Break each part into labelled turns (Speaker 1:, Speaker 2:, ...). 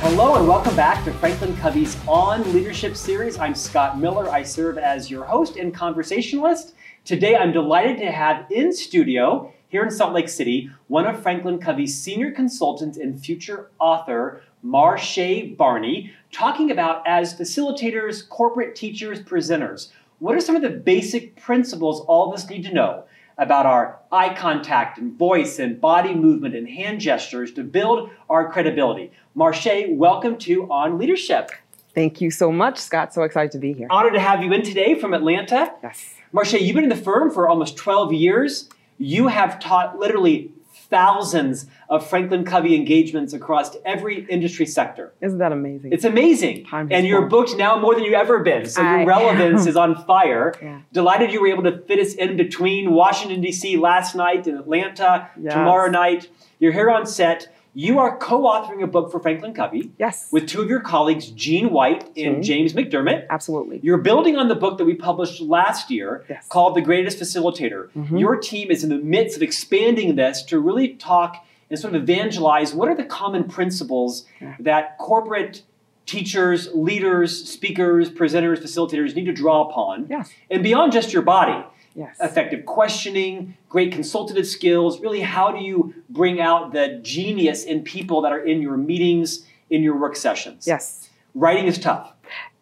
Speaker 1: Hello and welcome back to Franklin Covey's On Leadership series. I'm Scott Miller. I serve as your host and conversationalist. Today I'm delighted to have in studio here in Salt Lake City one of Franklin Covey's senior consultants and future author, Marsha Barney, talking about as facilitators, corporate teachers, presenters. What are some of the basic principles all of us need to know about our eye contact and voice and body movement and hand gestures to build our credibility. Marche, welcome to On Leadership.
Speaker 2: Thank you so much, Scott. So excited to be here.
Speaker 1: Honored to have you in today from Atlanta.
Speaker 2: Yes.
Speaker 1: Marche, you've been in the firm for almost 12 years. You have taught literally thousands of Franklin Covey engagements across every industry sector.
Speaker 2: Isn't that amazing?
Speaker 1: It's amazing.
Speaker 2: Time has
Speaker 1: And you're
Speaker 2: flown.
Speaker 1: booked now more than you've ever been. So
Speaker 2: I
Speaker 1: your
Speaker 2: am.
Speaker 1: relevance is on fire.
Speaker 2: Yeah.
Speaker 1: Delighted you were able to fit us in between Washington, D.C. last night and Atlanta
Speaker 2: Yes.
Speaker 1: tomorrow night. You're here on set. You are co authoring a book for Franklin Covey
Speaker 2: yes.
Speaker 1: with two of your colleagues, Gene White and
Speaker 2: Gene.
Speaker 1: James McDermott.
Speaker 2: absolutely.
Speaker 1: You're building on the book that we published last year
Speaker 2: Yes.
Speaker 1: called The Greatest Facilitator.
Speaker 2: Mhm.
Speaker 1: Your team is in the midst of expanding this to really talk and sort of evangelize what are the common principles
Speaker 2: Yeah.
Speaker 1: that corporate teachers, leaders, speakers, presenters, facilitators need to draw upon.
Speaker 2: Yes.
Speaker 1: And beyond just your body,
Speaker 2: Yes.
Speaker 1: effective questioning, great consultative skills, really how do you bring out the genius in people that are in your meetings, in your work sessions?
Speaker 2: Yes.
Speaker 1: Writing is tough.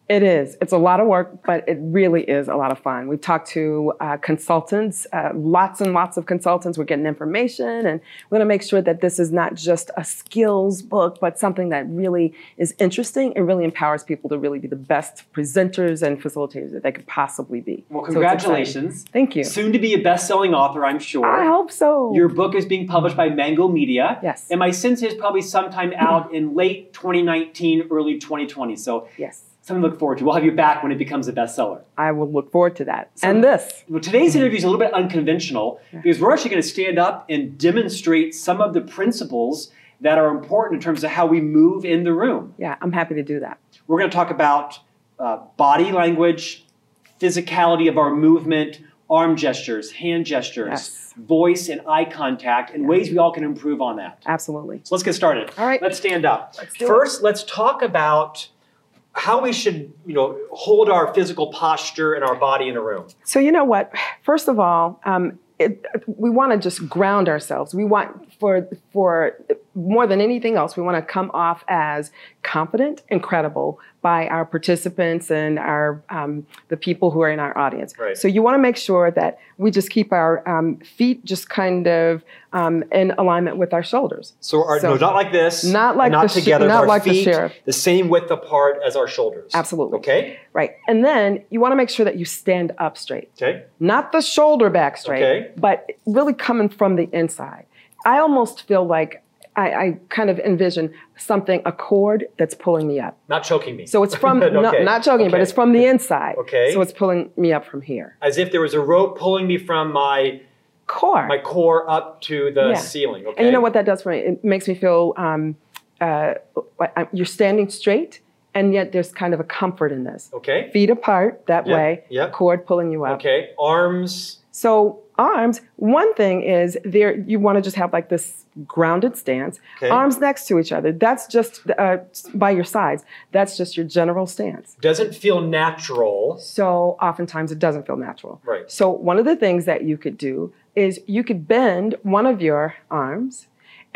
Speaker 2: It is. It's a lot of work, but it really is a lot of fun. We've talked to uh, consultants, uh, lots and lots of consultants. We're getting information, and we're going to make sure that this is not just a skills book, but something that really is interesting and really empowers people to really be the best presenters and facilitators that they could possibly be.
Speaker 1: Well,
Speaker 2: So it's exciting.
Speaker 1: congratulations.
Speaker 2: Thank you.
Speaker 1: Soon to be a best-selling author, I'm sure.
Speaker 2: I hope so.
Speaker 1: Your book is being published by Mango Media.
Speaker 2: yes.
Speaker 1: And my sense is probably sometime out in late 2019, early 2020. So
Speaker 2: yes.
Speaker 1: something to look forward to. We'll have you back when it becomes a bestseller.
Speaker 2: I will look forward to that.
Speaker 1: So-
Speaker 2: and this.
Speaker 1: Well, today's interview is a little bit unconventional because we're actually going to stand up and demonstrate some of the principles that are important in terms of how we move in the room.
Speaker 2: Yeah, I'm happy to do that.
Speaker 1: We're going to talk about uh, body language, physicality of our movement, arm gestures, hand gestures,
Speaker 2: Yes.
Speaker 1: voice and eye contact, and ways we all can improve on that.
Speaker 2: Absolutely.
Speaker 1: So let's get started.
Speaker 2: All right.
Speaker 1: Let's stand up.
Speaker 2: Let's do it.
Speaker 1: First, let's talk about how we should, you know, hold our physical posture and our body in a room.
Speaker 2: So, you know what? First of all, um, it, we want to just ground ourselves. We want, for, for more than anything else, we want to come off as confident and credible by our participants and our, um, the people who are in our audience.
Speaker 1: Right.
Speaker 2: So, you want to make sure that we just keep our um, feet just kind of um, in alignment with our shoulders.
Speaker 1: So, our,
Speaker 2: So-
Speaker 1: no, not like this.
Speaker 2: Not like
Speaker 1: not
Speaker 2: the sh-
Speaker 1: together.
Speaker 2: not
Speaker 1: our
Speaker 2: like the
Speaker 1: feet,
Speaker 2: sheriff.
Speaker 1: The same width apart as our shoulders.
Speaker 2: Absolutely.
Speaker 1: Okay.
Speaker 2: Right. And then you want to make sure that you stand up straight.
Speaker 1: Okay.
Speaker 2: not the shoulder back straight,
Speaker 1: Okay.
Speaker 2: but really coming from the inside. I almost feel like I, I kind of envision something, a cord that's pulling me up.
Speaker 1: Not choking me.
Speaker 2: So it's from,
Speaker 1: Okay.
Speaker 2: no, not choking, but
Speaker 1: Okay.
Speaker 2: it's from the inside.
Speaker 1: Okay.
Speaker 2: So it's pulling me up from here.
Speaker 1: as if there was a rope pulling me from my
Speaker 2: Core.
Speaker 1: my core up to the
Speaker 2: Yeah.
Speaker 1: ceiling. Okay.
Speaker 2: And you know what that does for me? It makes me feel um, uh, like I'm, you're standing straight, and yet there's kind of a comfort in this.
Speaker 1: Okay.
Speaker 2: Feet apart that
Speaker 1: Yep,
Speaker 2: way,
Speaker 1: yep.
Speaker 2: cord pulling you up.
Speaker 1: Okay. Arms.
Speaker 2: So arms, one thing is there you want to just have like this grounded stance,
Speaker 1: Okay.
Speaker 2: arms next to each other. That's just uh, by your sides. That's just your general stance.
Speaker 1: Doesn't feel natural.
Speaker 2: So oftentimes it doesn't feel natural.
Speaker 1: Right.
Speaker 2: So one of the things that you could do is you could bend one of your arms.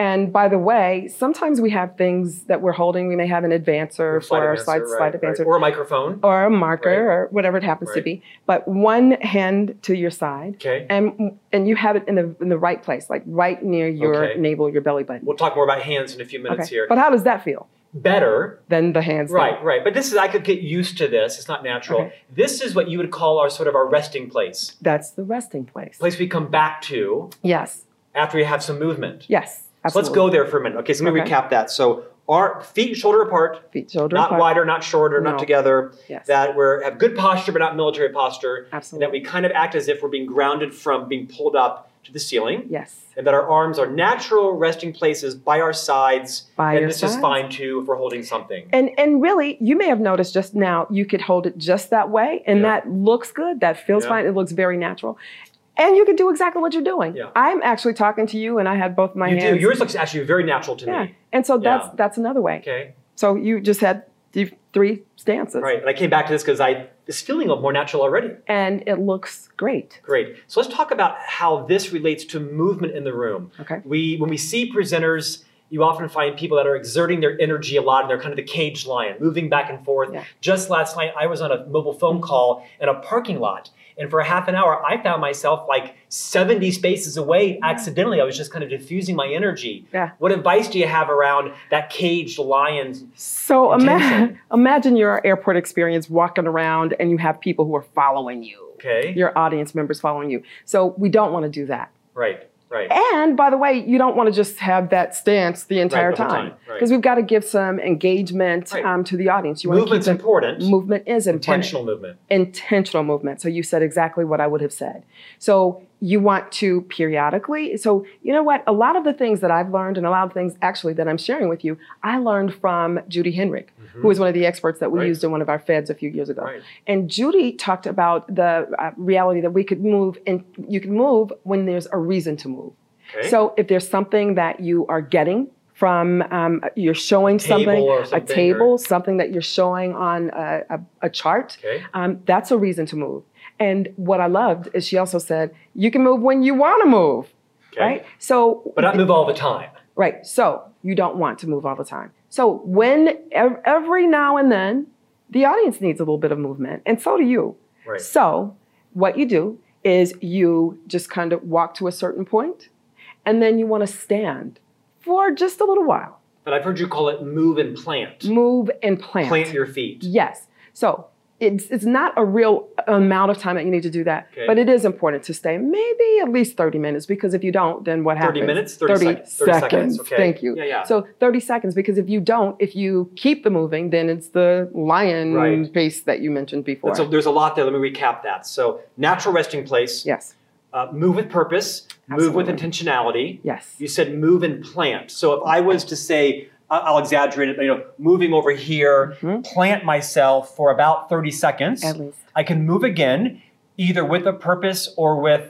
Speaker 2: And by the way, sometimes we have things that we're holding. We may have an advancer for our
Speaker 1: advancer,
Speaker 2: slide,
Speaker 1: right,
Speaker 2: slide Oh.
Speaker 1: right.
Speaker 2: advancer
Speaker 1: Or a microphone.
Speaker 2: or a marker
Speaker 1: Right.
Speaker 2: or whatever it happens to
Speaker 1: Right.
Speaker 2: be. But one hand to your side
Speaker 1: Okay.
Speaker 2: and and you have it in the in the right place, like right near your
Speaker 1: Okay.
Speaker 2: navel, your belly button.
Speaker 1: We'll talk more about hands in a few minutes here.
Speaker 2: But how does that feel?
Speaker 1: Better.
Speaker 2: Then the hands. down.
Speaker 1: Right, right. But this is, I could get used to this. It's not natural.
Speaker 2: Okay.
Speaker 1: This is what you would call our sort of our resting place,
Speaker 2: That's the resting place.
Speaker 1: place we come back to
Speaker 2: Yes.
Speaker 1: after we have some movement.
Speaker 2: Yes.
Speaker 1: So let's
Speaker 2: Absolutely.
Speaker 1: go there for a minute. Okay, so let me
Speaker 2: Okay.
Speaker 1: recap that. So our feet shoulder apart,
Speaker 2: Feet, shoulder
Speaker 1: not
Speaker 2: apart.
Speaker 1: wider, not shorter,
Speaker 2: No.
Speaker 1: not together.
Speaker 2: Yes.
Speaker 1: That we're have good posture but not military posture. And
Speaker 2: Absolutely.
Speaker 1: that we kind of act as if we're being grounded from being pulled up to the ceiling.
Speaker 2: Yes.
Speaker 1: And that our arms are natural resting places by our sides.
Speaker 2: By
Speaker 1: and
Speaker 2: your
Speaker 1: this is
Speaker 2: sides.
Speaker 1: fine too if we're holding something.
Speaker 2: And and really, you may have noticed just now you could hold it just that way, and
Speaker 1: Yeah.
Speaker 2: that looks good. That feels
Speaker 1: Yeah.
Speaker 2: fine. It looks very natural. And you can do exactly what you're doing.
Speaker 1: Yeah.
Speaker 2: I'm actually talking to you, and I have both my
Speaker 1: you
Speaker 2: hands.
Speaker 1: do. Yours looks actually very natural to
Speaker 2: yeah.
Speaker 1: me.
Speaker 2: And so that's
Speaker 1: Yeah.
Speaker 2: that's another way.
Speaker 1: Okay.
Speaker 2: So you just had the three stances.
Speaker 1: Right, and I came back to this because I is feeling more natural already.
Speaker 2: And it looks great.
Speaker 1: Great. So let's talk about how this relates to movement in the room.
Speaker 2: Okay.
Speaker 1: We when we see presenters, you often find people that are exerting their energy a lot and they're kind of the caged lion, moving back and forth.
Speaker 2: Yeah. Mm-hmm.
Speaker 1: Just last night I was on a mobile phone call in a parking lot, and for a half an hour I found myself like 70 spaces away accidentally. I was just kind of diffusing my energy.
Speaker 2: Mm-hmm. Yeah.
Speaker 1: What advice do you have around that caged lion?
Speaker 2: So ima-
Speaker 1: Intention.
Speaker 2: imagine your airport experience walking around and you have people who are following you,
Speaker 1: Okay.
Speaker 2: your audience members following you. So we don't want to do that.
Speaker 1: Right, right.
Speaker 2: And by the way, you don't want to just have that stance the entire
Speaker 1: Right, the whole
Speaker 2: time
Speaker 1: time, right.
Speaker 2: we've got to give some engagement
Speaker 1: Right.
Speaker 2: um, to the audience. You want
Speaker 1: Movement's
Speaker 2: to keep
Speaker 1: important.
Speaker 2: the movement is important.
Speaker 1: Intentional movement.
Speaker 2: intentional movement. So you said exactly what I would have said. So you want to periodically. So you know what? A lot of the things that I've learned and a lot of things actually that I'm sharing with you, I learned from Judy Henrick, who is one of the experts that we
Speaker 1: Right.
Speaker 2: used in one of our feds a few years ago.
Speaker 1: Mm-hmm. Right.
Speaker 2: And Judy talked about the uh, reality that we could move and you can move when there's a reason to move.
Speaker 1: Okay.
Speaker 2: So if there's something that you are getting from um, you're showing
Speaker 1: Table
Speaker 2: something,
Speaker 1: or
Speaker 2: a
Speaker 1: something, or-
Speaker 2: table, something that you're showing on a, a, a chart,
Speaker 1: Okay.
Speaker 2: um, that's a reason to move. And what I loved is she also said, you can move when you want to move,
Speaker 1: okay.
Speaker 2: right? So,
Speaker 1: But I move all the time.
Speaker 2: right. So you don't want to move all the time. So when ev- every now and then, the audience needs a little bit of movement, and so do you.
Speaker 1: Right.
Speaker 2: So what you do is you just kind of walk to a certain point, and then you want to stand for just a little while,
Speaker 1: But I've heard you call it move and plant.
Speaker 2: move and plant.
Speaker 1: Plant your feet.
Speaker 2: Yes. So it's it's not a real amount of time that you need to do that,
Speaker 1: Okay.
Speaker 2: but it is important to stay maybe at least 30 minutes because if you don't, then what
Speaker 1: 30
Speaker 2: happens?
Speaker 1: minutes? 30 seconds. 30 seconds. Okay.
Speaker 2: Thank you.
Speaker 1: Yeah, yeah.
Speaker 2: So 30 seconds because if you don't, if you keep the moving, then it's the lion
Speaker 1: Right.
Speaker 2: pace that you mentioned before.
Speaker 1: So there's a lot there. Let me recap that. So natural resting place.
Speaker 2: yes.
Speaker 1: Uh, move with purpose. Move with
Speaker 2: Absolutely.
Speaker 1: intentionality.
Speaker 2: Yes.
Speaker 1: You said move and plant. So if I was to say, I- I'll exaggerate it, but, you know, moving over here, plant myself for about 30 seconds.
Speaker 2: Mm-hmm. At least.
Speaker 1: I can move again, either with a purpose or with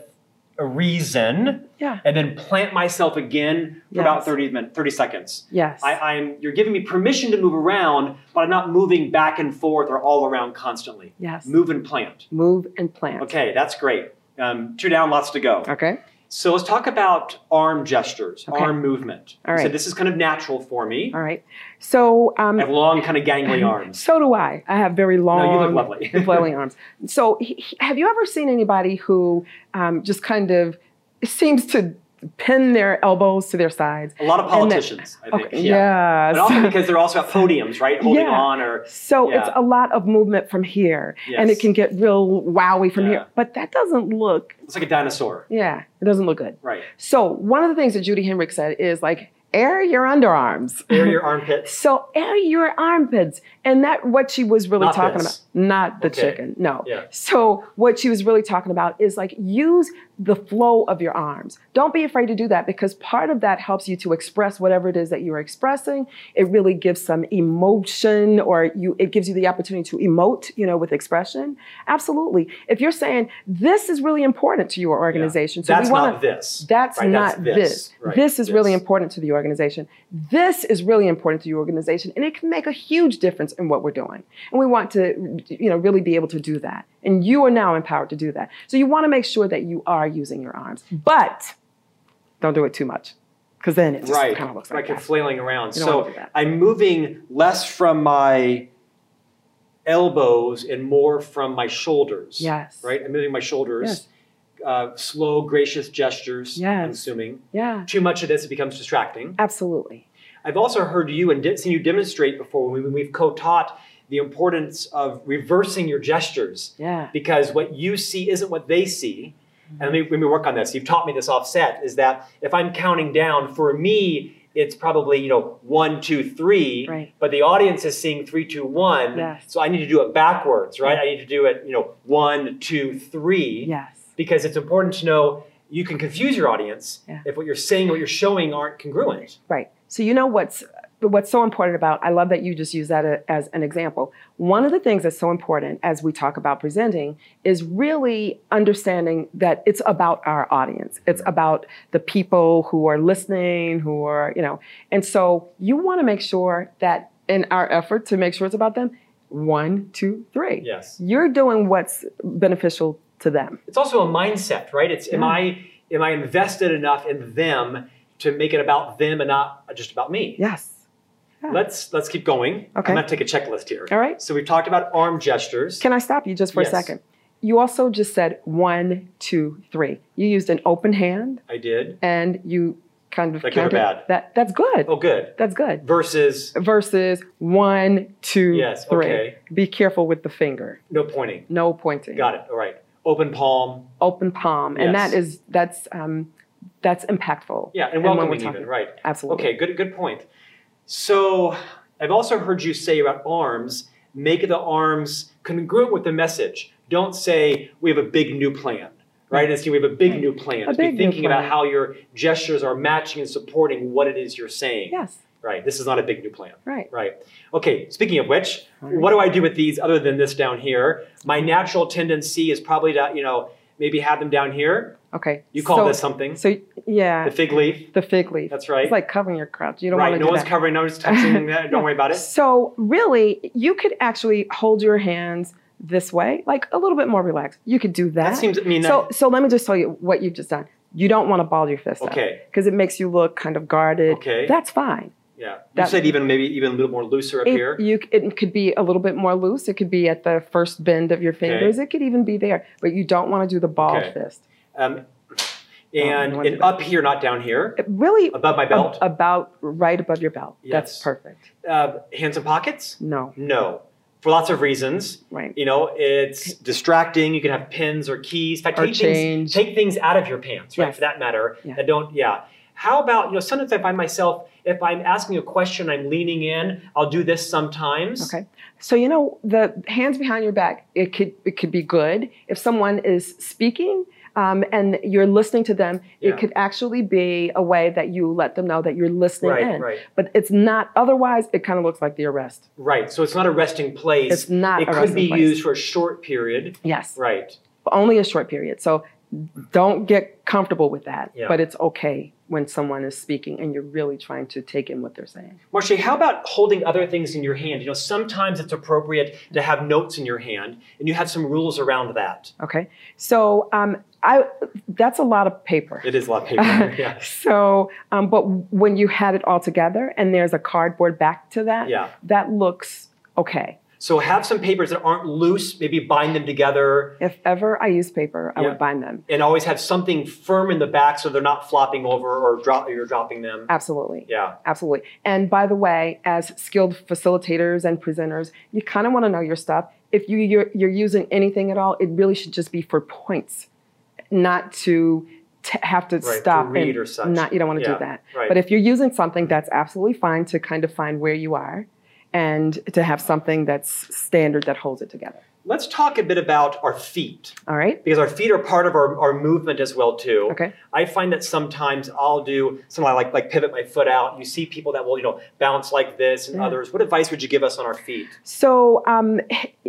Speaker 1: a reason.
Speaker 2: Yeah.
Speaker 1: And then plant myself again for
Speaker 2: Yes.
Speaker 1: about 30 minutes, 30 seconds.
Speaker 2: Yes.
Speaker 1: I, I'm you're giving me permission to move around, but I'm not moving back and forth or all around constantly.
Speaker 2: Yes.
Speaker 1: Move and plant.
Speaker 2: Move and plant.
Speaker 1: Okay, that's great. Um, two down, lots to go.
Speaker 2: Okay.
Speaker 1: So let's talk about arm gestures,
Speaker 2: Okay.
Speaker 1: arm movement.
Speaker 2: All
Speaker 1: So
Speaker 2: right.
Speaker 1: this is kind of natural for me.
Speaker 2: All right. So um,
Speaker 1: I have long, kind of gangly arms.
Speaker 2: So do I. I have very long,
Speaker 1: you look lovely.
Speaker 2: and flailing arms. So, he, he- have you ever seen anybody who um, just kind of seems to pin their elbows to their sides?
Speaker 1: A lot of
Speaker 2: And then-
Speaker 1: politicians, I think.
Speaker 2: Okay,
Speaker 1: But
Speaker 2: Yes.
Speaker 1: often because they're also at podiums, right? Holding
Speaker 2: Yeah.
Speaker 1: on or
Speaker 2: So
Speaker 1: Yeah.
Speaker 2: it's a lot of movement from here, and
Speaker 1: Yes.
Speaker 2: it can get real wowy from
Speaker 1: Yeah.
Speaker 2: here. But that doesn't look,
Speaker 1: it's like a dinosaur.
Speaker 2: yeah, it doesn't look good.
Speaker 1: Right.
Speaker 2: So one of the things that Judy Henrich said is like, air your underarms.
Speaker 1: There are your armpits.
Speaker 2: So air your armpits. And that what she was really
Speaker 1: Not
Speaker 2: talking
Speaker 1: this.
Speaker 2: about. Not the
Speaker 1: Okay.
Speaker 2: chicken. No.
Speaker 1: Yeah.
Speaker 2: So what she was really talking about is like use the flow of your arms. Don't be afraid to do that because part of that helps you to express whatever it is that you're expressing. It really gives some emotion or you it gives you the opportunity to emote, you know, with expression. Absolutely. If you're saying this is really important to your organization. So
Speaker 1: that's
Speaker 2: we wanna,
Speaker 1: not this.
Speaker 2: that's
Speaker 1: Right,
Speaker 2: not this. This,
Speaker 1: Right,
Speaker 2: is really important to the organization. This is really important to your organization, and it can make a huge difference in what we're doing. And we want to, you know, really be able to do that. And you are now empowered to do that. So you want to make sure that you are using your arms, but don't do it too much, because then it just
Speaker 1: right.
Speaker 2: kind of looks
Speaker 1: like
Speaker 2: like
Speaker 1: you're
Speaker 2: that.
Speaker 1: flailing around.
Speaker 2: You don't wanna
Speaker 1: So
Speaker 2: do that.
Speaker 1: I'm moving less from my elbows and more from my shoulders.
Speaker 2: Yes.
Speaker 1: Right? I'm moving my shoulders.
Speaker 2: Yes.
Speaker 1: Uh, slow, gracious gestures, I'm
Speaker 2: Yes.
Speaker 1: assuming.
Speaker 2: Yeah,
Speaker 1: Too much of this it becomes distracting.
Speaker 2: absolutely.
Speaker 1: I've also heard you and did, seen you demonstrate before when, we, when we've co taught the importance of reversing your gestures
Speaker 2: Yeah.
Speaker 1: because what you see isn't what they see. And let me, let me work on this. You've taught me this offset is that if I'm counting down, for me, it's probably, you know, one, two, three,
Speaker 2: Right.
Speaker 1: but the audience is seeing three, two, one.
Speaker 2: Yes.
Speaker 1: So I need to do it backwards, right? I need to do it, you know, one, two, three,
Speaker 2: Yes.
Speaker 1: because it's important to know you can confuse your audience
Speaker 2: Yeah.
Speaker 1: if what you're saying, what you're showing aren't congruent.
Speaker 2: Right. So you know what's what's so important about I love that you just use that a- as an example. One of the things that's so important as we talk about presenting is really understanding that it's about our audience. It's about the people who are listening, who are, you know. And so you want to make sure that in our effort to make sure it's about them. One, two, three.
Speaker 1: Yes.
Speaker 2: You're doing what's beneficial to them.
Speaker 1: It's also a mindset, right? It's am
Speaker 2: Yeah.
Speaker 1: I am I invested enough in them to make it about them and not just about me?
Speaker 2: Yes. Yeah.
Speaker 1: Let's let's keep going.
Speaker 2: Okay.
Speaker 1: I'm gonna take a checklist here.
Speaker 2: All right.
Speaker 1: So we've talked about arm gestures.
Speaker 2: Can I stop you just for
Speaker 1: Yes.
Speaker 2: a second? You also just said one, two, three. You used an open hand
Speaker 1: I did.
Speaker 2: and you kind of
Speaker 1: Like good or
Speaker 2: counted-
Speaker 1: bad?
Speaker 2: that that's good.
Speaker 1: Oh, good.
Speaker 2: That's good.
Speaker 1: Versus
Speaker 2: Versus one, two, three.
Speaker 1: Yes, okay.
Speaker 2: Be careful with the finger.
Speaker 1: no pointing.
Speaker 2: No pointing.
Speaker 1: Got it. All right. Open palm.
Speaker 2: Open palm. And
Speaker 1: Yes.
Speaker 2: that is that's um that's impactful.
Speaker 1: Yeah, and
Speaker 2: when
Speaker 1: welcoming
Speaker 2: we're
Speaker 1: even.
Speaker 2: talking-
Speaker 1: Right.
Speaker 2: Absolutely.
Speaker 1: Okay. Good. Good point. So I've also heard you say about arms. Make the arms congruent with the message. Don't say we have a big new plan. Right? It's we have a big new plan.
Speaker 2: A
Speaker 1: It's be
Speaker 2: big new
Speaker 1: thinking about
Speaker 2: plan.
Speaker 1: how your gestures are matching and supporting what it is you're saying.
Speaker 2: Yes.
Speaker 1: Right. This is not a big new plan.
Speaker 2: Right.
Speaker 1: Right. Okay. Speaking of which, what do I do with these other than this down here? My natural tendency is probably to, you know, maybe have them down here.
Speaker 2: Okay.
Speaker 1: You call
Speaker 2: so,
Speaker 1: this something?
Speaker 2: So yeah,
Speaker 1: the fig leaf.
Speaker 2: the fig leaf.
Speaker 1: That's right.
Speaker 2: It's like covering your crotch. You don't
Speaker 1: right.
Speaker 2: want to
Speaker 1: No
Speaker 2: do
Speaker 1: one's
Speaker 2: that.
Speaker 1: covering. No one's touching that. Don't
Speaker 2: No.
Speaker 1: worry about it.
Speaker 2: So really, you could actually hold your hands this way, like a little bit more relaxed. You could do that.
Speaker 1: That seems. I mean.
Speaker 2: so
Speaker 1: that-
Speaker 2: so let me just tell you what you've just done. You don't want to ball your fist
Speaker 1: uh, Okay.
Speaker 2: Because it makes you look kind of guarded.
Speaker 1: Okay.
Speaker 2: That's fine.
Speaker 1: yeah. You
Speaker 2: that-
Speaker 1: said even maybe even a little more looser up
Speaker 2: It,
Speaker 1: here.
Speaker 2: you, it could be a little bit more loose. It could be at the first bend of your fingers. It could even be there. But you don't want to do the ball
Speaker 1: Okay.
Speaker 2: fist.
Speaker 1: Um,
Speaker 2: Oh, you
Speaker 1: and
Speaker 2: wanna do
Speaker 1: and
Speaker 2: that.
Speaker 1: up here, not down here.
Speaker 2: It really
Speaker 1: Above my
Speaker 2: ab-
Speaker 1: belt.
Speaker 2: about right above your belt.
Speaker 1: Yes.
Speaker 2: That's perfect.
Speaker 1: Uh, hands in pockets.
Speaker 2: No.
Speaker 1: No. For lots of reasons.
Speaker 2: Right.
Speaker 1: You know, it's distracting. You can have pins or keys. In fact,
Speaker 2: Or
Speaker 1: take things
Speaker 2: change.
Speaker 1: take things out of your pants, right?
Speaker 2: Yes.
Speaker 1: For that matter,
Speaker 2: Yeah.
Speaker 1: that don't. Yeah. How about you know? Sometimes I find myself if I'm asking a question, I'm leaning in. I'll do this sometimes.
Speaker 2: Okay. So you know the hands behind your back. It could it could be good if someone is speaking um, and you're listening to them.
Speaker 1: Yeah.
Speaker 2: It could actually be a way that you let them know that you're listening
Speaker 1: Right,
Speaker 2: in.
Speaker 1: right.
Speaker 2: But it's not. Otherwise, it kind of looks like the arrest.
Speaker 1: Right. So it's not a resting place.
Speaker 2: It's not
Speaker 1: It
Speaker 2: a
Speaker 1: could
Speaker 2: resting
Speaker 1: be
Speaker 2: place.
Speaker 1: used for a short period.
Speaker 2: Yes.
Speaker 1: Right.
Speaker 2: But Only a short period. So don't get comfortable with that.
Speaker 1: Yeah.
Speaker 2: But it's okay when someone is speaking and you're really trying to take in what they're saying.
Speaker 1: Marcia, how about holding other things in your hand? You know, sometimes it's appropriate to have notes in your hand, and you have some rules around that.
Speaker 2: Okay. So um, I that's a lot of paper.
Speaker 1: It is a lot of paper. yeah.
Speaker 2: So, um, but when you had it all together and there's a cardboard back to that,
Speaker 1: Yeah.
Speaker 2: that looks okay.
Speaker 1: So have some papers that aren't loose, maybe bind them together,
Speaker 2: If ever I use paper, I
Speaker 1: Yeah.
Speaker 2: would bind them.
Speaker 1: and always have something firm in the back so they're not flopping over or drop you're dropping them.
Speaker 2: Absolutely.
Speaker 1: Yeah.
Speaker 2: Absolutely. And by the way, as skilled facilitators and presenters, you kind of want to know your stuff. If you, you're, you're using anything at all, it really should just be for points, not to t- have to
Speaker 1: to
Speaker 2: stop
Speaker 1: read
Speaker 2: and
Speaker 1: or such.
Speaker 2: Not, you don't want to
Speaker 1: Yeah,
Speaker 2: do that.
Speaker 1: right.
Speaker 2: But if you're using something, that's absolutely fine to kind of find where you are and to have something that's standard that holds it together.
Speaker 1: Let's talk a bit about our feet.
Speaker 2: All right?
Speaker 1: because our feet are part of our, our movement as well too.
Speaker 2: Okay.
Speaker 1: I find that sometimes I'll do something like like pivot my foot out. You see people that will you know bounce like this and
Speaker 2: Yeah.
Speaker 1: others. What advice would you give us on our feet?
Speaker 2: So, um,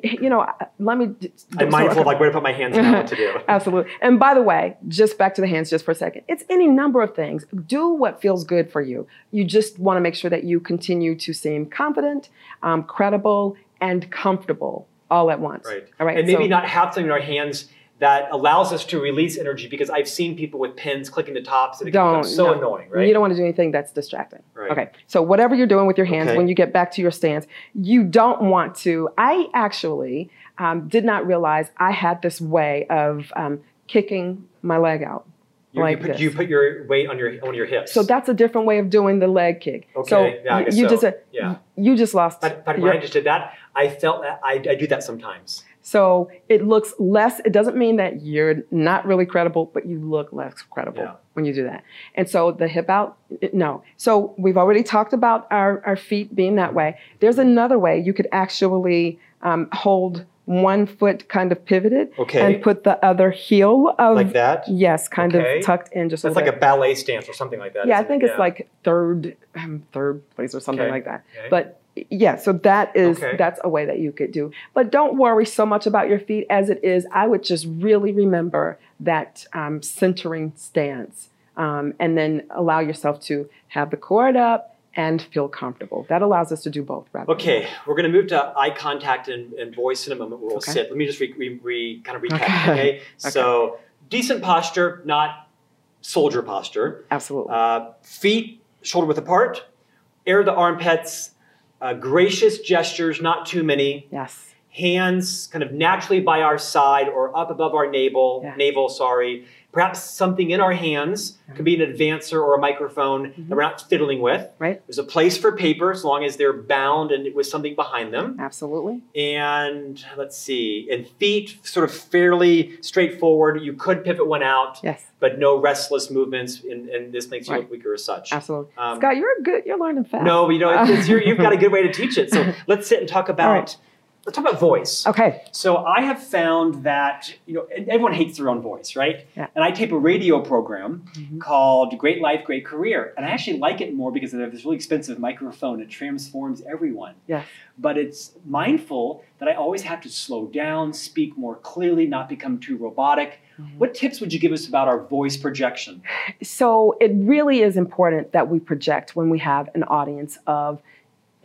Speaker 2: you know, let me. d-
Speaker 1: I'm
Speaker 2: so-
Speaker 1: mindful of like where to put my hands and what to do.
Speaker 2: Absolutely. And by the way, just back to the hands just for a second. It's any number of things. Do what feels good for you. You just want to make sure that you continue to seem confident, um, credible, and comfortable all at once.
Speaker 1: Right.
Speaker 2: All right.
Speaker 1: And maybe
Speaker 2: so-
Speaker 1: not have something in our hands that allows us to release energy because I've seen people with pins clicking the tops and it
Speaker 2: Don't.
Speaker 1: becomes so
Speaker 2: no.
Speaker 1: annoying, right?
Speaker 2: You don't want to do anything that's distracting.
Speaker 1: Right.
Speaker 2: Okay. So whatever you're doing with your hands,
Speaker 1: Okay.
Speaker 2: when you get back to your stance, you don't want to. I actually um, did not realize I had this way of um, kicking my leg out.
Speaker 1: you,
Speaker 2: like
Speaker 1: you, put,
Speaker 2: this.
Speaker 1: you put your weight on your on your hips.
Speaker 2: So that's a different way of doing the leg kick.
Speaker 1: Okay,
Speaker 2: So
Speaker 1: yeah, I
Speaker 2: you,
Speaker 1: guess
Speaker 2: you
Speaker 1: so.
Speaker 2: just uh,
Speaker 1: Yeah.
Speaker 2: you just lost.
Speaker 1: but, but when
Speaker 2: your-
Speaker 1: I just did that, I felt that I, I do that sometimes.
Speaker 2: so it looks less. It doesn't mean that you're not really credible, but you look less credible
Speaker 1: Yeah.
Speaker 2: when you do that. And so the hip out, it- no. So we've already talked about our our feet being that way. There's another way you could actually um, hold one foot kind of pivoted
Speaker 1: Okay.
Speaker 2: and put the other heel of
Speaker 1: Like that?
Speaker 2: Yes, kind
Speaker 1: Okay.
Speaker 2: of tucked in just a
Speaker 1: That's
Speaker 2: little
Speaker 1: like
Speaker 2: bit.
Speaker 1: a ballet stance or something like that.
Speaker 2: yeah, I
Speaker 1: isn't it?
Speaker 2: think it's like third um, third place or something
Speaker 1: Okay.
Speaker 2: like that.
Speaker 1: Okay.
Speaker 2: But yeah, so that is
Speaker 1: Okay.
Speaker 2: that's a way that you could do. But don't worry so much about your feet as it is. I would just really remember that um, centering stance, um, and then allow yourself to have the cord up and feel comfortable. That allows us to do both. Rather
Speaker 1: Okay, we're going to move to eye contact and, and voice in a moment. We'll
Speaker 2: Okay.
Speaker 1: sit. Let me just re, re, re- kind of recap. Okay.
Speaker 2: Okay.
Speaker 1: So decent posture, not soldier posture.
Speaker 2: absolutely.
Speaker 1: Uh, feet shoulder width apart. Air the armpits. Uh, gracious gestures, not too many.
Speaker 2: yes.
Speaker 1: Hands kind of naturally by our side or up above our navel.
Speaker 2: Yeah.
Speaker 1: Navel, sorry. Perhaps something in our hands could be an advancer or a microphone that we're not fiddling with.
Speaker 2: Mm-hmm. Right.
Speaker 1: There's a place for paper as long as they're bound and with something behind them.
Speaker 2: Absolutely.
Speaker 1: And let's see, and feet sort of fairly straightforward. You could pivot one out,
Speaker 2: Yes.
Speaker 1: but no restless movements, and, and this makes you look
Speaker 2: Right.
Speaker 1: weaker as such.
Speaker 2: Absolutely.
Speaker 1: Um,
Speaker 2: Scott, you're good. You're learning fast.
Speaker 1: No, but you know, it's, it's, you're, you've got a good way to teach it. So let's sit and talk about.
Speaker 2: All right.
Speaker 1: Let's talk about voice.
Speaker 2: Okay.
Speaker 1: So I have found that you know and everyone hates their own voice, right?
Speaker 2: Yeah.
Speaker 1: And I tape a radio program
Speaker 2: Mhm.
Speaker 1: called Great Life, Great Career, and I actually like it more because they have this really expensive microphone. It transforms everyone,
Speaker 2: Yes.
Speaker 1: but it's mindful that I always have to slow down, speak more clearly, not become too robotic.
Speaker 2: Mm-hmm.
Speaker 1: What tips would you give us about our voice projection?
Speaker 2: So it really is important that we project when we have an audience of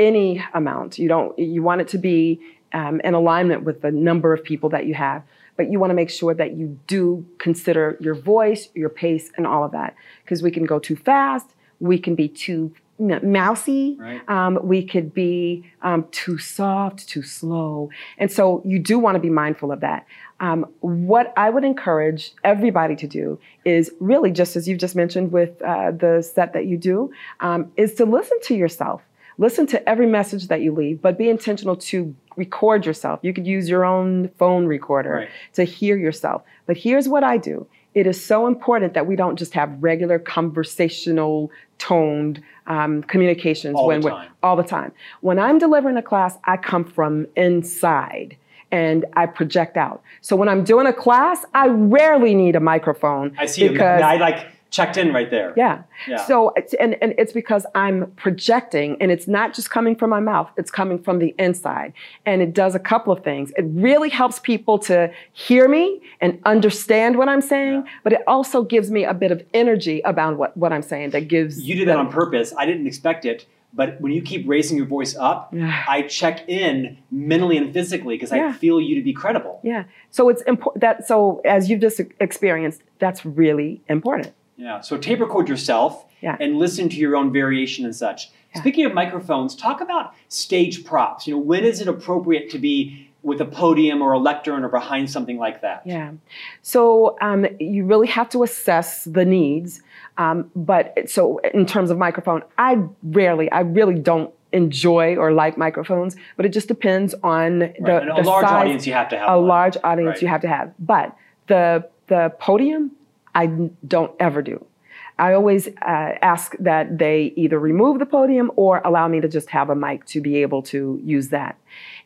Speaker 2: any amount. You don't. You want it to be um, in alignment with the number of people that you have, but you want to make sure that you do consider your voice, your pace, and all of that because we can go too fast. We can be too you know, mousy.
Speaker 1: Right.
Speaker 2: Um, we could be um, too soft, too slow. And so you do want to be mindful of that. Um, what I would encourage everybody to do is really, just as you've just mentioned with uh, the set that you do, um, is to listen to yourself. Listen to every message that you leave, but be intentional to record yourself. You could use your own phone recorder
Speaker 1: Right.
Speaker 2: to hear yourself. But here's what I do it is so important that we don't just have regular conversational toned um, communications
Speaker 1: All the
Speaker 2: when we're
Speaker 1: time.
Speaker 2: all the time. When I'm delivering a class, I come from inside and I project out. So when I'm doing a class, I rarely need a microphone.
Speaker 1: I see.
Speaker 2: because
Speaker 1: I like checked in right there.
Speaker 2: yeah.
Speaker 1: Yeah.
Speaker 2: So it's, and and it's because I'm projecting, and it's not just coming from my mouth; it's coming from the inside, and it does a couple of things. It really helps people to hear me and understand what I'm saying,
Speaker 1: Yeah.
Speaker 2: but it also gives me a bit of energy about what what I'm saying. That gives
Speaker 1: You did that on purpose. I didn't expect it, but when you keep raising your voice up,
Speaker 2: Yeah.
Speaker 1: I check in mentally and physically because I
Speaker 2: Yeah.
Speaker 1: feel you to be credible.
Speaker 2: Yeah. So it's important that so as you've just e-, experienced, that's really important.
Speaker 1: Yeah. So tape record yourself
Speaker 2: Yeah.
Speaker 1: and listen to your own variation and such.
Speaker 2: Yeah.
Speaker 1: Speaking of microphones, talk about stage props. You know, when is it appropriate to be with a podium or a lectern or behind something like that?
Speaker 2: Yeah. So um, you really have to assess the needs. Um, but it- so in terms of microphone, I rarely, I really don't enjoy or like microphones, but it just depends on the,
Speaker 1: Right. and a
Speaker 2: the
Speaker 1: large
Speaker 2: size,
Speaker 1: audience, you have to have
Speaker 2: a
Speaker 1: one.
Speaker 2: large audience
Speaker 1: Right.
Speaker 2: you have to have. But the the podium, I n- don't ever do. I always uh, ask that they either remove the podium or allow me to just have a mic to be able to use that.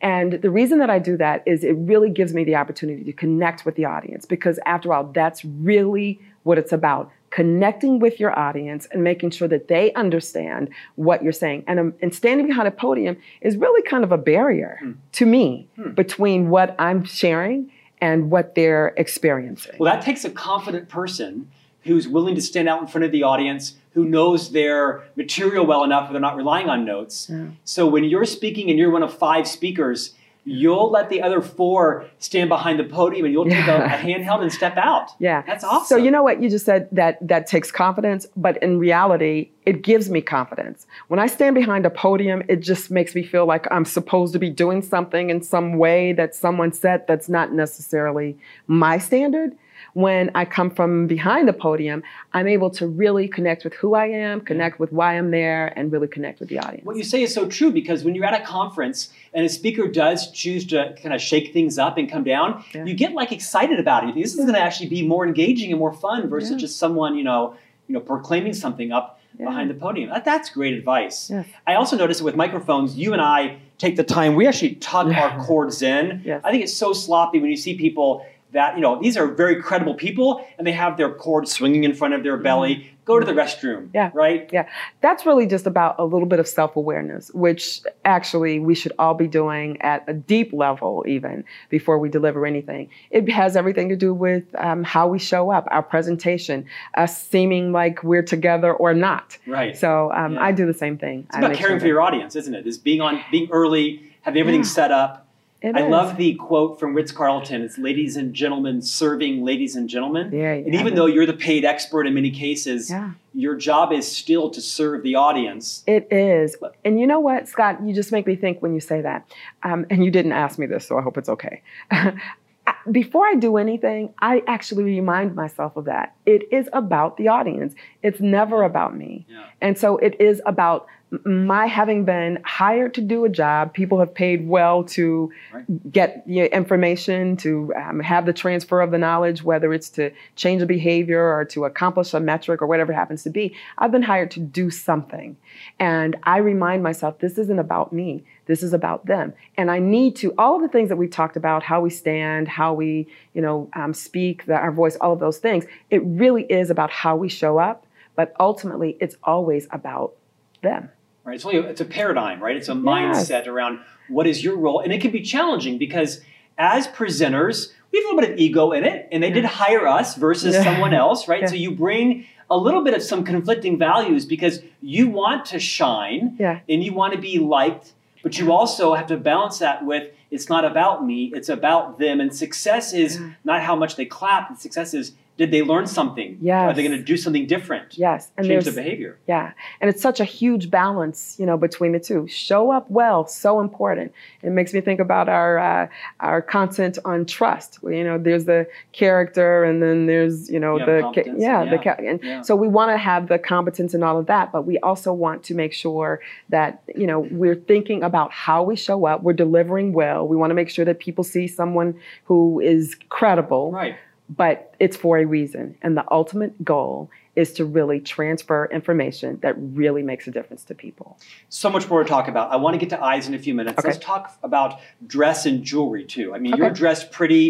Speaker 2: And the reason that I do that is it really gives me the opportunity to connect with the audience because, after all, that's really what it's about connecting with your audience and making sure that they understand what you're saying. And, um, and standing behind a podium is really kind of a barrier to me between what I'm sharing and what they're experiencing.
Speaker 1: Well, that takes a confident person who's willing to stand out in front of the audience, who knows their material well enough where they're not relying on notes. So when you're speaking and you're one of five speakers, you'll let the other four stand behind the podium and you'll take a, a
Speaker 2: Yeah.
Speaker 1: handheld and step out.
Speaker 2: Yeah.
Speaker 1: That's awesome.
Speaker 2: So you know what you just said that that takes confidence, but in reality, it gives me confidence. When I stand behind a podium, it just makes me feel like I'm supposed to be doing something in some way that someone said that's not necessarily my standard. When I come from behind the podium, I'm able to really connect with who I am, connect with why I'm there, and really connect with the audience.
Speaker 1: What you say is so true because when you're at a conference and a speaker does choose to kind of shake things up and come down,
Speaker 2: Yeah.
Speaker 1: you get like excited about it. This is going to actually be more engaging and more fun versus
Speaker 2: Yeah.
Speaker 1: just someone you know, you know, proclaiming something up behind the podium. That, that's great advice.
Speaker 2: Yes.
Speaker 1: I also noticed that with microphones, you and I take the time. We actually tug our cords in.
Speaker 2: Yes.
Speaker 1: I think it's so sloppy when you see people that, you know, these are very credible people and they have their cord swinging in front of their belly. Go to the restroom,
Speaker 2: Mm. Yeah.
Speaker 1: right?
Speaker 2: Yeah, that's really just about a little bit of self awareness, which actually we should all be doing at a deep level, even before we deliver anything. It has everything to do with um, how we show up, our presentation, us seeming like we're together or not.
Speaker 1: Right.
Speaker 2: So um,
Speaker 1: Yeah.
Speaker 2: I do the same thing.
Speaker 1: It's about caring for your audience, isn't it? Is being on, being early, having everything
Speaker 2: Yeah.
Speaker 1: set up. I love the quote from Ritz Carlton. It's "Ladies and gentlemen, serving ladies and gentlemen."
Speaker 2: Yeah,
Speaker 1: And even though you're the paid expert in many cases,
Speaker 2: Yeah.
Speaker 1: your job is still to serve the audience.
Speaker 2: It is. And you know what, Scott? You just make me think when you say that. Um, and you didn't ask me this, so I hope it's okay. Before I do anything, I actually remind myself of that. It is about the audience, it's never about me.
Speaker 1: Yeah.
Speaker 2: And so it is about m- my having been hired to do a job. People have paid well to
Speaker 1: Right.
Speaker 2: get you know, information, to um, have the transfer of the knowledge, whether it's to change a behavior or to accomplish a metric or whatever it happens to be. I've been hired to do something. And I remind myself this isn't about me. This is about them. And I need to, all of the things that we've talked about, how we stand, how we, you know, um, speak, the, our voice, all of those things, it really is about how we show up but ultimately it's always about them
Speaker 1: Right? It's only it's a paradigm, right? It's a mindset around what is your role, and it can be challenging because as presenters, we have a little bit of ego in it, and they did hire us versus
Speaker 2: Yeah.
Speaker 1: someone else, right?
Speaker 2: Yeah.
Speaker 1: So you bring a little bit of some conflicting values because you want to shine
Speaker 2: yeah
Speaker 1: and you want to be liked, but you also have to balance that with it's not about me, it's about them. And success is
Speaker 2: Yeah.
Speaker 1: not how much they clap, and success is did they learn something?
Speaker 2: Yes.
Speaker 1: Are they going to do something different?
Speaker 2: yes and
Speaker 1: Change
Speaker 2: there's
Speaker 1: the behavior.
Speaker 2: yeah and it's such a huge balance you know between the two show up well so important it makes me think about our uh, our content on trust you know there's the character and then there's you know
Speaker 1: Yeah,
Speaker 2: the ca-
Speaker 1: competence,
Speaker 2: yeah, the
Speaker 1: yeah.
Speaker 2: ca- and
Speaker 1: Yeah.
Speaker 2: so we want to have the competence and all of that but we also want to make sure that you know we're thinking about how we show up we're delivering well we want to make sure that people see someone who is credible
Speaker 1: Right.
Speaker 2: but it's for a reason. And the ultimate goal is to really transfer information that really makes a difference to people.
Speaker 1: So much more to talk about. I want to get to eyes in a few minutes.
Speaker 2: Okay.
Speaker 1: Let's talk about dress and jewelry too. I mean, you're
Speaker 2: Okay.
Speaker 1: dressed pretty.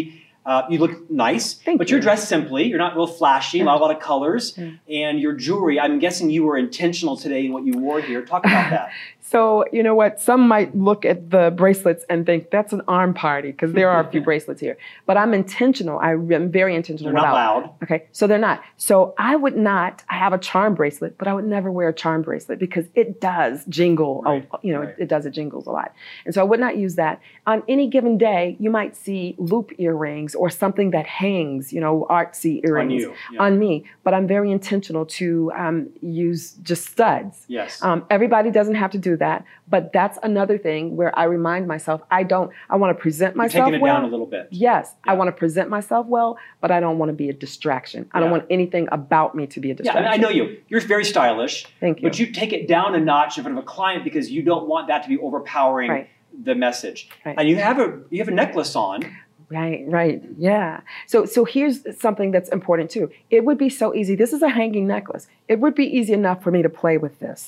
Speaker 1: Uh, you look nice,
Speaker 2: Thank
Speaker 1: but
Speaker 2: you.
Speaker 1: are dressed simply. You're not real flashy. Not a lot of colors,
Speaker 2: Yeah.
Speaker 1: and your jewelry. I'm guessing you were intentional today in what you wore here. Talk about that.
Speaker 2: So, you know what? Some might look at the bracelets and think that's an arm party because there are a few bracelets here. But I'm intentional. I am very intentional
Speaker 1: They're not
Speaker 2: about
Speaker 1: loud.
Speaker 2: Okay, so they're not. So I would not. I have a charm bracelet, but I would never wear a charm bracelet because it does jingle.
Speaker 1: Right,
Speaker 2: a, you know,
Speaker 1: right.
Speaker 2: it, it does it jingles a lot, and so I would not use that. On any given day, you might see loop earrings or something that hangs. You know, artsy
Speaker 1: on
Speaker 2: earrings
Speaker 1: you. Yeah.
Speaker 2: on me. But I'm very intentional to um, use just studs.
Speaker 1: yes.
Speaker 2: Um, everybody doesn't have to do that, but that's another thing where I remind myself I don't. I want to present
Speaker 1: You're
Speaker 2: myself
Speaker 1: taking it
Speaker 2: well.
Speaker 1: down a little bit.
Speaker 2: Yes, I
Speaker 1: Yeah.
Speaker 2: want to present myself well, but I don't want to be a distraction. I don't
Speaker 1: Yeah.
Speaker 2: want anything about me to be a
Speaker 1: Yeah, I,
Speaker 2: distraction.
Speaker 1: mean, I know you. You're very stylish,
Speaker 2: Thank you.
Speaker 1: but you take it down a notch in front of a client because you don't want that to be overpowering
Speaker 2: Right.
Speaker 1: the message.
Speaker 2: Right.
Speaker 1: And you have a you have a necklace on.
Speaker 2: Right, right. Yeah. So so here's something that's important too. It would be so easy. This is a hanging necklace. It would be easy enough for me to play with this.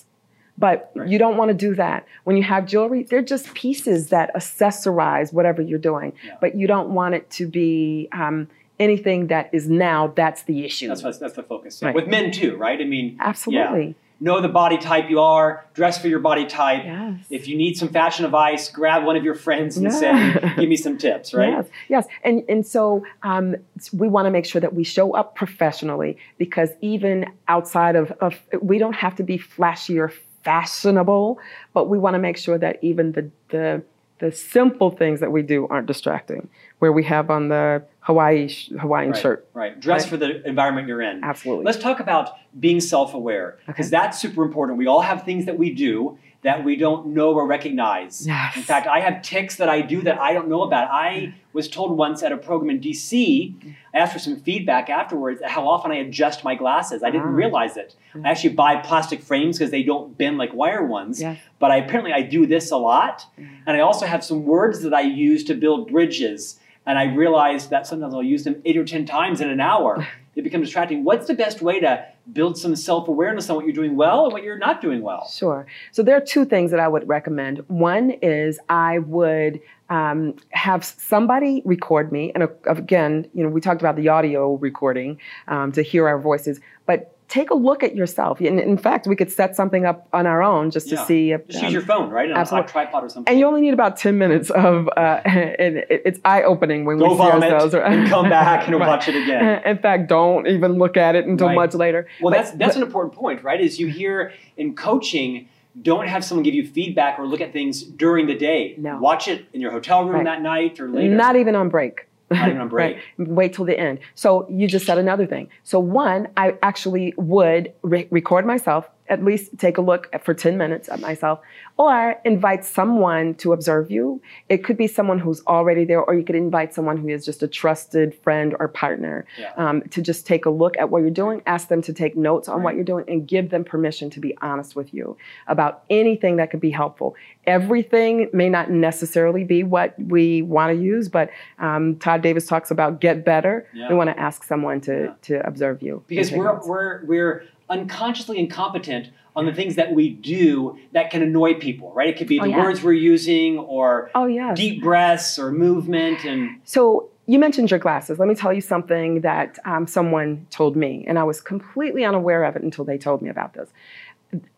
Speaker 2: But
Speaker 1: Right.
Speaker 2: you don't want to do that. When you have jewelry, they're just pieces that accessorize whatever you're doing.
Speaker 1: Yeah.
Speaker 2: But you don't want it to be um, anything that is now that's the issue.
Speaker 1: That's what's, that's the focus. Yeah.
Speaker 2: Right. Uh,
Speaker 1: With men too, right? I mean,
Speaker 2: Absolutely.
Speaker 1: know the body type you are, dress for your body type.
Speaker 2: Yes.
Speaker 1: If you need some fashion advice, grab one of your friends and say,
Speaker 2: Yeah.
Speaker 1: "Give me some tips," right?
Speaker 2: Yes, yes. And and so um, it's- we want to make sure that we show up professionally because even outside of, of we don't have to be flashy or fashionable, but we want to make sure that even the the the simple things that we do aren't distracting. Where we have on the Hawaii sh- Hawaiian
Speaker 1: Right,
Speaker 2: shirt,
Speaker 1: right. Dress
Speaker 2: Right.
Speaker 1: for the environment you're in.
Speaker 2: absolutely.
Speaker 1: Let's talk about being self-aware because
Speaker 2: Okay.
Speaker 1: that's super important. We all have things that we do that we don't know or recognize.
Speaker 2: Yes.
Speaker 1: In fact, I have tics that I do that I don't know about. I was told once at a program in DC, I asked for some feedback afterwards how often I adjust my glasses. I didn't
Speaker 2: Ah.
Speaker 1: realize it. I actually buy plastic frames because they don't bend like wire ones.
Speaker 2: Yes.
Speaker 1: But I apparently I do this a lot. And I also have some words that I use to build bridges. And I realized that sometimes I'll use them eight or ten times in an hour. they become distracting. What's the best way to build some self awareness on what you're doing well and what you're not doing well?
Speaker 2: Sure. So there are two things that I would recommend. One is I would um, have somebody record me, and uh, again, you know, we talked about the audio recording um, to hear our voices, but take a look at yourself. And in fact, we could set something up on our own just to
Speaker 1: Yeah.
Speaker 2: see if
Speaker 1: Just
Speaker 2: um,
Speaker 1: use your phone, right? And
Speaker 2: absolutely.
Speaker 1: a tripod or something.
Speaker 2: And you only need about 10 minutes of, uh, and it, it's eye opening when
Speaker 1: Go
Speaker 2: we see
Speaker 1: vomit
Speaker 2: ourselves. right?
Speaker 1: and come back and
Speaker 2: Right.
Speaker 1: watch it again.
Speaker 2: In fact, don't even look at it until
Speaker 1: Right.
Speaker 2: much later.
Speaker 1: Well,
Speaker 2: But-
Speaker 1: that's that's an important point, right? Is you hear in coaching, don't have someone give you feedback or look at things during the day.
Speaker 2: No.
Speaker 1: Watch it in your hotel room
Speaker 2: Right.
Speaker 1: that night or later.
Speaker 2: Not even on break.
Speaker 1: Not even on break.
Speaker 2: Right. Wait till the end. So you just said another thing. So one, I actually would re- record myself, at least take a look at- for 10 minutes at myself, or invite someone to observe you. It could be someone who's already there, or you could invite someone who is just a trusted friend or partner
Speaker 1: Yeah.
Speaker 2: um, to just take a look at what you're doing, ask them to take notes on
Speaker 1: Right.
Speaker 2: what you're doing, and give them permission to be honest with you about anything that could be helpful. Everything may not necessarily be what we want to use, but um, Todd Davis talks about get better.
Speaker 1: Yeah.
Speaker 2: We want to ask someone to,
Speaker 1: Yeah.
Speaker 2: to observe you. and
Speaker 1: because
Speaker 2: take
Speaker 1: we're,
Speaker 2: notes.
Speaker 1: we're we're unconsciously incompetent on the things that we do that can annoy people right it could be
Speaker 2: Oh,
Speaker 1: the
Speaker 2: yeah.
Speaker 1: words we're using or
Speaker 2: oh yeah.
Speaker 1: deep breaths or movement and
Speaker 2: So you mentioned your glasses. Let me tell you something that um, someone told me, and I was completely unaware of it until they told me about this.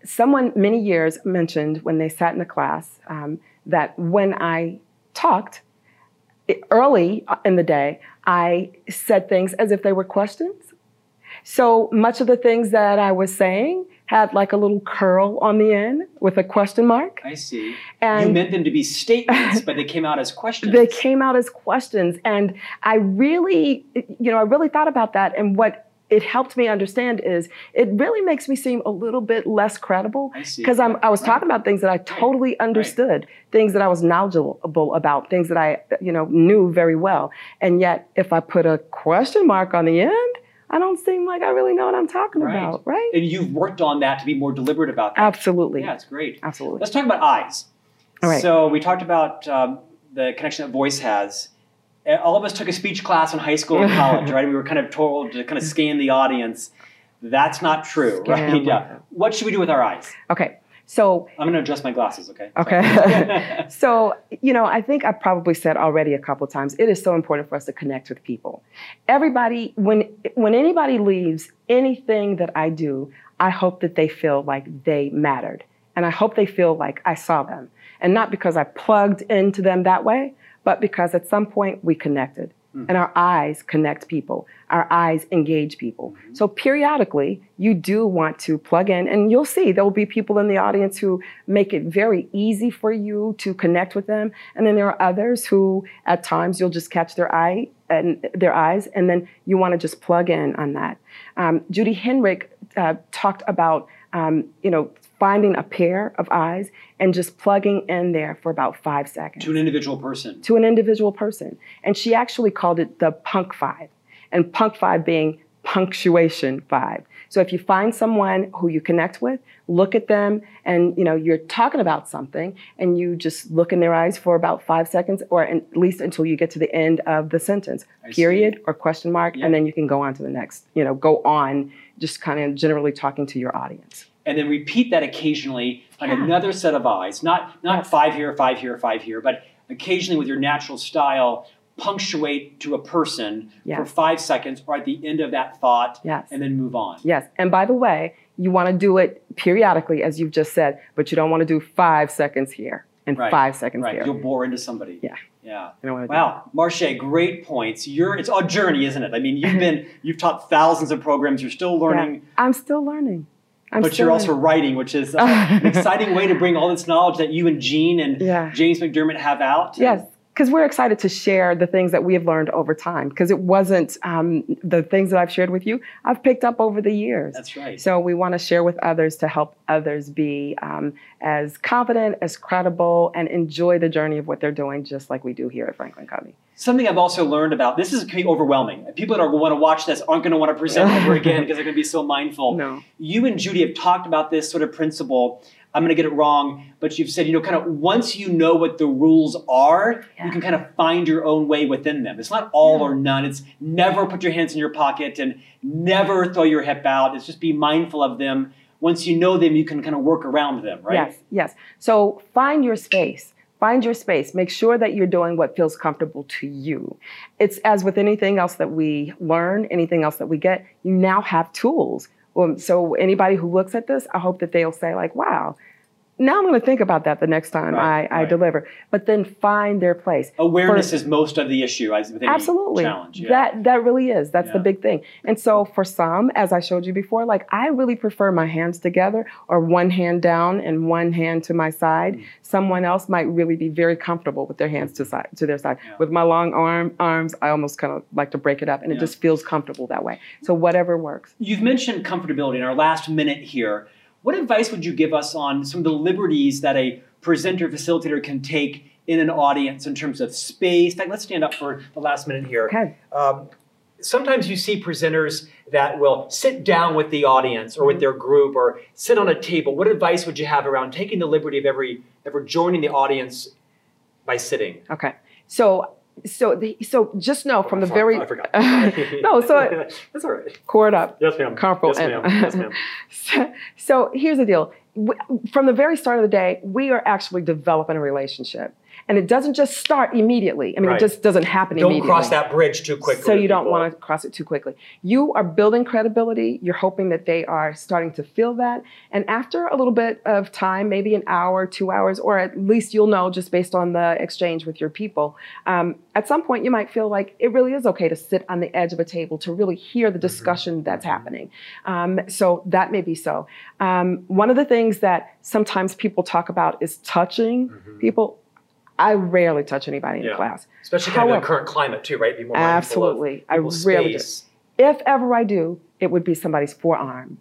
Speaker 2: Someone many years mentioned when they sat in the class um, that when I talked i- early uh, in the day, I said things as if they were questions. So much of the things that I was saying had like a little curl on the end with a question mark.
Speaker 1: i see
Speaker 2: And
Speaker 1: you meant them to be statements but they came out as questions
Speaker 2: they came out as questions and i really you know i really thought about that and what it helped me understand is it really makes me seem a little bit less credible
Speaker 1: I see.
Speaker 2: because i'm i was
Speaker 1: Right.
Speaker 2: talking about things that i totally understood things that i was knowledgeable about things that i you know knew very well and yet if i put a question mark on the end i don't seem like i really know what i'm talking
Speaker 1: Right.
Speaker 2: about right
Speaker 1: and you've worked on that to be more deliberate about that
Speaker 2: absolutely
Speaker 1: yeah it's great
Speaker 2: absolutely
Speaker 1: let's talk about eyes
Speaker 2: All right.
Speaker 1: so we talked about um, the connection that voice has Uh, all of us took a speech class in high school and college right we were kind of told to kind of scan the audience that's not true
Speaker 2: Scan
Speaker 1: right
Speaker 2: like
Speaker 1: yeah
Speaker 2: that.
Speaker 1: what should we do with our eyes
Speaker 2: okay so
Speaker 1: I'm going to adjust my glasses, okay?
Speaker 2: okay
Speaker 1: Sorry.
Speaker 2: So, you know, I think I probably said already a couple times, it is so important for us to connect with people. Everybody, when when anybody leaves anything that I do, I hope that they feel like they mattered. And I hope they feel like I saw them. And not because I plugged into them that way, but because at some point we connected. And our eyes connect people. Our eyes engage people. So periodically, you do want to plug in, and you'll see there will be people in the audience who make it very easy for you to connect with them. And then there are others who, at times, you'll just catch their eye and their eyes, and then you want to just plug in on that. Um, Judy Henrich uh, talked about um, you know finding a pair of eyes and just plugging in there for about five seconds
Speaker 1: to an individual person.
Speaker 2: to an individual person. And she actually called it the punk five, and punk five being punctuation five. So if you find someone who you connect with, look at them and you know you're talking about something and you just look in their eyes for about 5 seconds or an- at least until you get to the end of the sentence.
Speaker 1: I see.
Speaker 2: Period or question mark
Speaker 1: Yeah.
Speaker 2: and then you can go on to the next, you know, go on just kind of generally talking to your audience.
Speaker 1: And then repeat that occasionally on
Speaker 2: Yeah.
Speaker 1: another set of eyes. Not not
Speaker 2: Yes.
Speaker 1: five here, five here, five here, but occasionally with your natural style, punctuate to a person for
Speaker 2: Yes.
Speaker 1: five seconds or at the end of that thought
Speaker 2: Yes.
Speaker 1: and then move on.
Speaker 2: Yes. And by the way, you want to do it periodically, as you've just said, but you don't want to do five seconds here and
Speaker 1: Right.
Speaker 2: five seconds
Speaker 1: Right.
Speaker 2: here.
Speaker 1: You'll bore into somebody.
Speaker 2: Yeah.
Speaker 1: Yeah.
Speaker 2: You don't wanna do
Speaker 1: Wow, Marche, great points. You're it's a journey, isn't it? I mean, you've been you've taught thousands of programs. You're still
Speaker 2: that.
Speaker 1: learning.
Speaker 2: Yeah. I'm still learning. I'm
Speaker 1: but
Speaker 2: still
Speaker 1: you're also
Speaker 2: learning.
Speaker 1: writing, which is uh, an exciting way to bring all this knowledge that you and Gene and
Speaker 2: Yeah.
Speaker 1: James McDermott have out.
Speaker 2: Yes. Because we're excited to share the things that we have learned over time. Because it wasn't um, the things that I've shared with you, I've picked up over the years.
Speaker 1: That's right.
Speaker 2: So we want to share with others to help others be um, as confident, as credible, and enjoy the journey of what they're doing, just like we do here at Franklin Covey.
Speaker 1: Something I've also learned about this is going to be overwhelming. People that are, want to watch this aren't going to want to present over again because they're going to be so mindful.
Speaker 2: No.
Speaker 1: You and Judy have talked about this sort of principle. I'm going to get it wrong, but you've said, you know, kind of once you know what the rules are, you
Speaker 2: Yeah.
Speaker 1: can kind of find your own way within them. It's not all
Speaker 2: Yeah.
Speaker 1: or none. It's never put your hands in your pocket and never throw your hip out. It's just be mindful of them. Once you know them, you can kind of work around them, right?
Speaker 2: Yes, yes. So find your space. Find your space. Make sure that you're doing what feels comfortable to you. It's as with anything else that we learn, anything else that we get, you now have tools. Um, so anybody who looks at this, I hope that they'll say, like, wow, now I'm going to think about that the next time
Speaker 1: Right,
Speaker 2: I, I
Speaker 1: right.
Speaker 2: deliver. But then find their place.
Speaker 1: Awareness
Speaker 2: First-
Speaker 1: is most of the issue as with any
Speaker 2: Absolutely.
Speaker 1: challenge. Yeah.
Speaker 2: That that really is. That's the
Speaker 1: Yeah.
Speaker 2: big thing. And so for some, as I showed you before, like I really prefer my hands together or one hand down and one hand to my side.
Speaker 1: Mm.
Speaker 2: Someone else might really be very comfortable with their hands to side to their side.
Speaker 1: Yeah.
Speaker 2: With my long arm arms, I almost kind of like to break it up and
Speaker 1: Yeah.
Speaker 2: it just feels comfortable that way. So whatever works.
Speaker 1: You've mentioned comfortability in our last minute here. What advice would you give us on some of the liberties that a presenter facilitator can take in an audience in terms of space? In fact, let's stand up for the last minute here.
Speaker 2: Okay.
Speaker 1: Um, sometimes you see presenters that will sit down with the audience or with their group or sit on a table. What advice would you have around taking the liberty of every ever joining the audience by sitting?
Speaker 2: Okay. So so the, so just know from the
Speaker 1: Sorry,
Speaker 2: very
Speaker 1: Oh, I forgot.
Speaker 2: no, so
Speaker 1: that's all right.
Speaker 2: cord up.
Speaker 1: Yes, ma'am.
Speaker 2: Comfortable
Speaker 1: Yes, ma'am.
Speaker 2: and-
Speaker 1: Yes, ma'am.
Speaker 2: So, so here's the deal. W- From the very start of the day, we are actually developing a relationship. And it doesn't just start immediately. I mean,
Speaker 1: Right.
Speaker 2: it just doesn't happen
Speaker 1: Don't
Speaker 2: immediately.
Speaker 1: cross that bridge too quickly.
Speaker 2: So you don't
Speaker 1: people.
Speaker 2: want to cross it too quickly. You are building credibility. You're hoping that they are starting to feel that. And after a little bit of time, maybe an hour, two hours, or at least you'll know just based on the exchange with your people, um, at some point you might feel like it really is okay to sit on the edge of a table to really hear
Speaker 1: Mm-hmm.
Speaker 2: the discussion that's happening. Um, so that may be so. Um, one of the things that sometimes people talk about is touching people. I rarely touch anybody in
Speaker 1: Mm-hmm. Yeah.
Speaker 2: class.
Speaker 1: Especially kind of in the
Speaker 2: However-
Speaker 1: current climate too, right? Be more mindful of
Speaker 2: Absolutely. I
Speaker 1: people's
Speaker 2: really do.
Speaker 1: space.
Speaker 2: If ever I do, it would be somebody's forearm.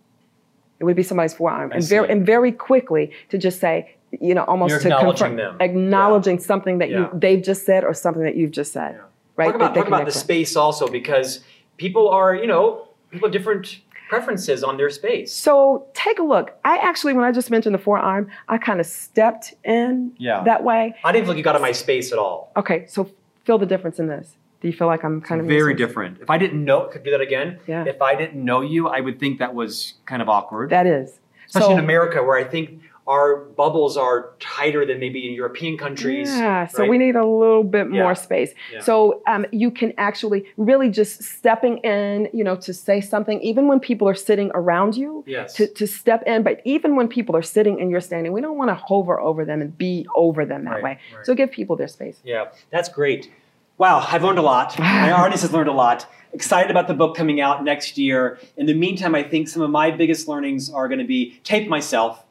Speaker 2: It would be somebody's forearm.
Speaker 1: I
Speaker 2: And very,
Speaker 1: see.
Speaker 2: and very quickly to just say, you know, almost
Speaker 1: You're
Speaker 2: to
Speaker 1: acknowledging
Speaker 2: confirm,
Speaker 1: them.
Speaker 2: acknowledging something that
Speaker 1: Yeah.
Speaker 2: you, they've just said or something that you've just said.
Speaker 1: Yeah.
Speaker 2: Right?
Speaker 1: Talk about,
Speaker 2: That they
Speaker 1: talk about the
Speaker 2: connect with.
Speaker 1: space also because people are, you know, people have different preferences on their space.
Speaker 2: So take a look. I actually, when I just mentioned the forearm, I kind of stepped in
Speaker 1: Yeah.
Speaker 2: that way.
Speaker 1: I didn't feel like you got in my space at all.
Speaker 2: Okay, so feel the difference in this. Do you feel like I'm kind of using-
Speaker 1: different. If I didn't know, could do that again.
Speaker 2: Yeah.
Speaker 1: If I didn't know you, I would think that was kind of awkward.
Speaker 2: That is.
Speaker 1: Especially
Speaker 2: so,
Speaker 1: in America, where I think our bubbles are tighter than maybe in European countries.
Speaker 2: Yeah, so
Speaker 1: right?
Speaker 2: we need a little bit
Speaker 1: Yeah.
Speaker 2: more space.
Speaker 1: Yeah.
Speaker 2: So um, you can actually really just stepping in, you know, to say something, even when people are sitting around you,
Speaker 1: Yes.
Speaker 2: to, to step in. But even when people are sitting and you're standing, we don't want to hover over them and be over them that
Speaker 1: Right,
Speaker 2: way.
Speaker 1: right.
Speaker 2: So give people their space.
Speaker 1: Yeah, that's great. Wow, I've learned a lot. My audience has learned a lot. Excited about the book coming out next year. In the meantime, I think some of my biggest learnings are going to be tape myself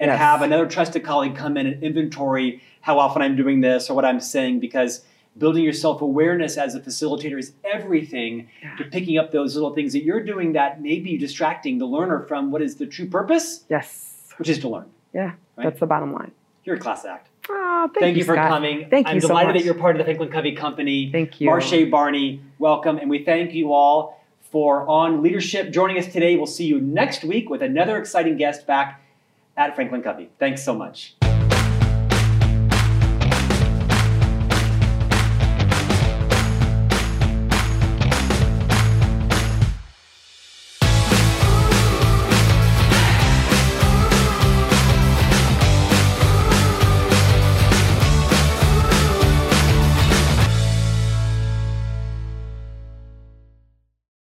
Speaker 1: and
Speaker 2: Yes.
Speaker 1: have another trusted colleague come in and inventory how often I'm doing this or what I'm saying because building your self awareness as a facilitator is everything to picking up those little things that you're doing that may be distracting the learner from what is the true purpose,
Speaker 2: Yes.
Speaker 1: which is to learn.
Speaker 2: Yeah,
Speaker 1: Right.
Speaker 2: that's the bottom line.
Speaker 1: You're a class act.
Speaker 2: Oh, thank,
Speaker 1: Thank, you, for
Speaker 2: Scott.
Speaker 1: coming.
Speaker 2: Thank
Speaker 1: I'm
Speaker 2: you so
Speaker 1: delighted
Speaker 2: much.
Speaker 1: that you're part of the Franklin Covey Company.
Speaker 2: Thank you.
Speaker 1: Marche Barney, welcome. And we thank you all for on leadership joining us today. We'll see you next week with another exciting guest back at Franklin Covey. Thanks so much.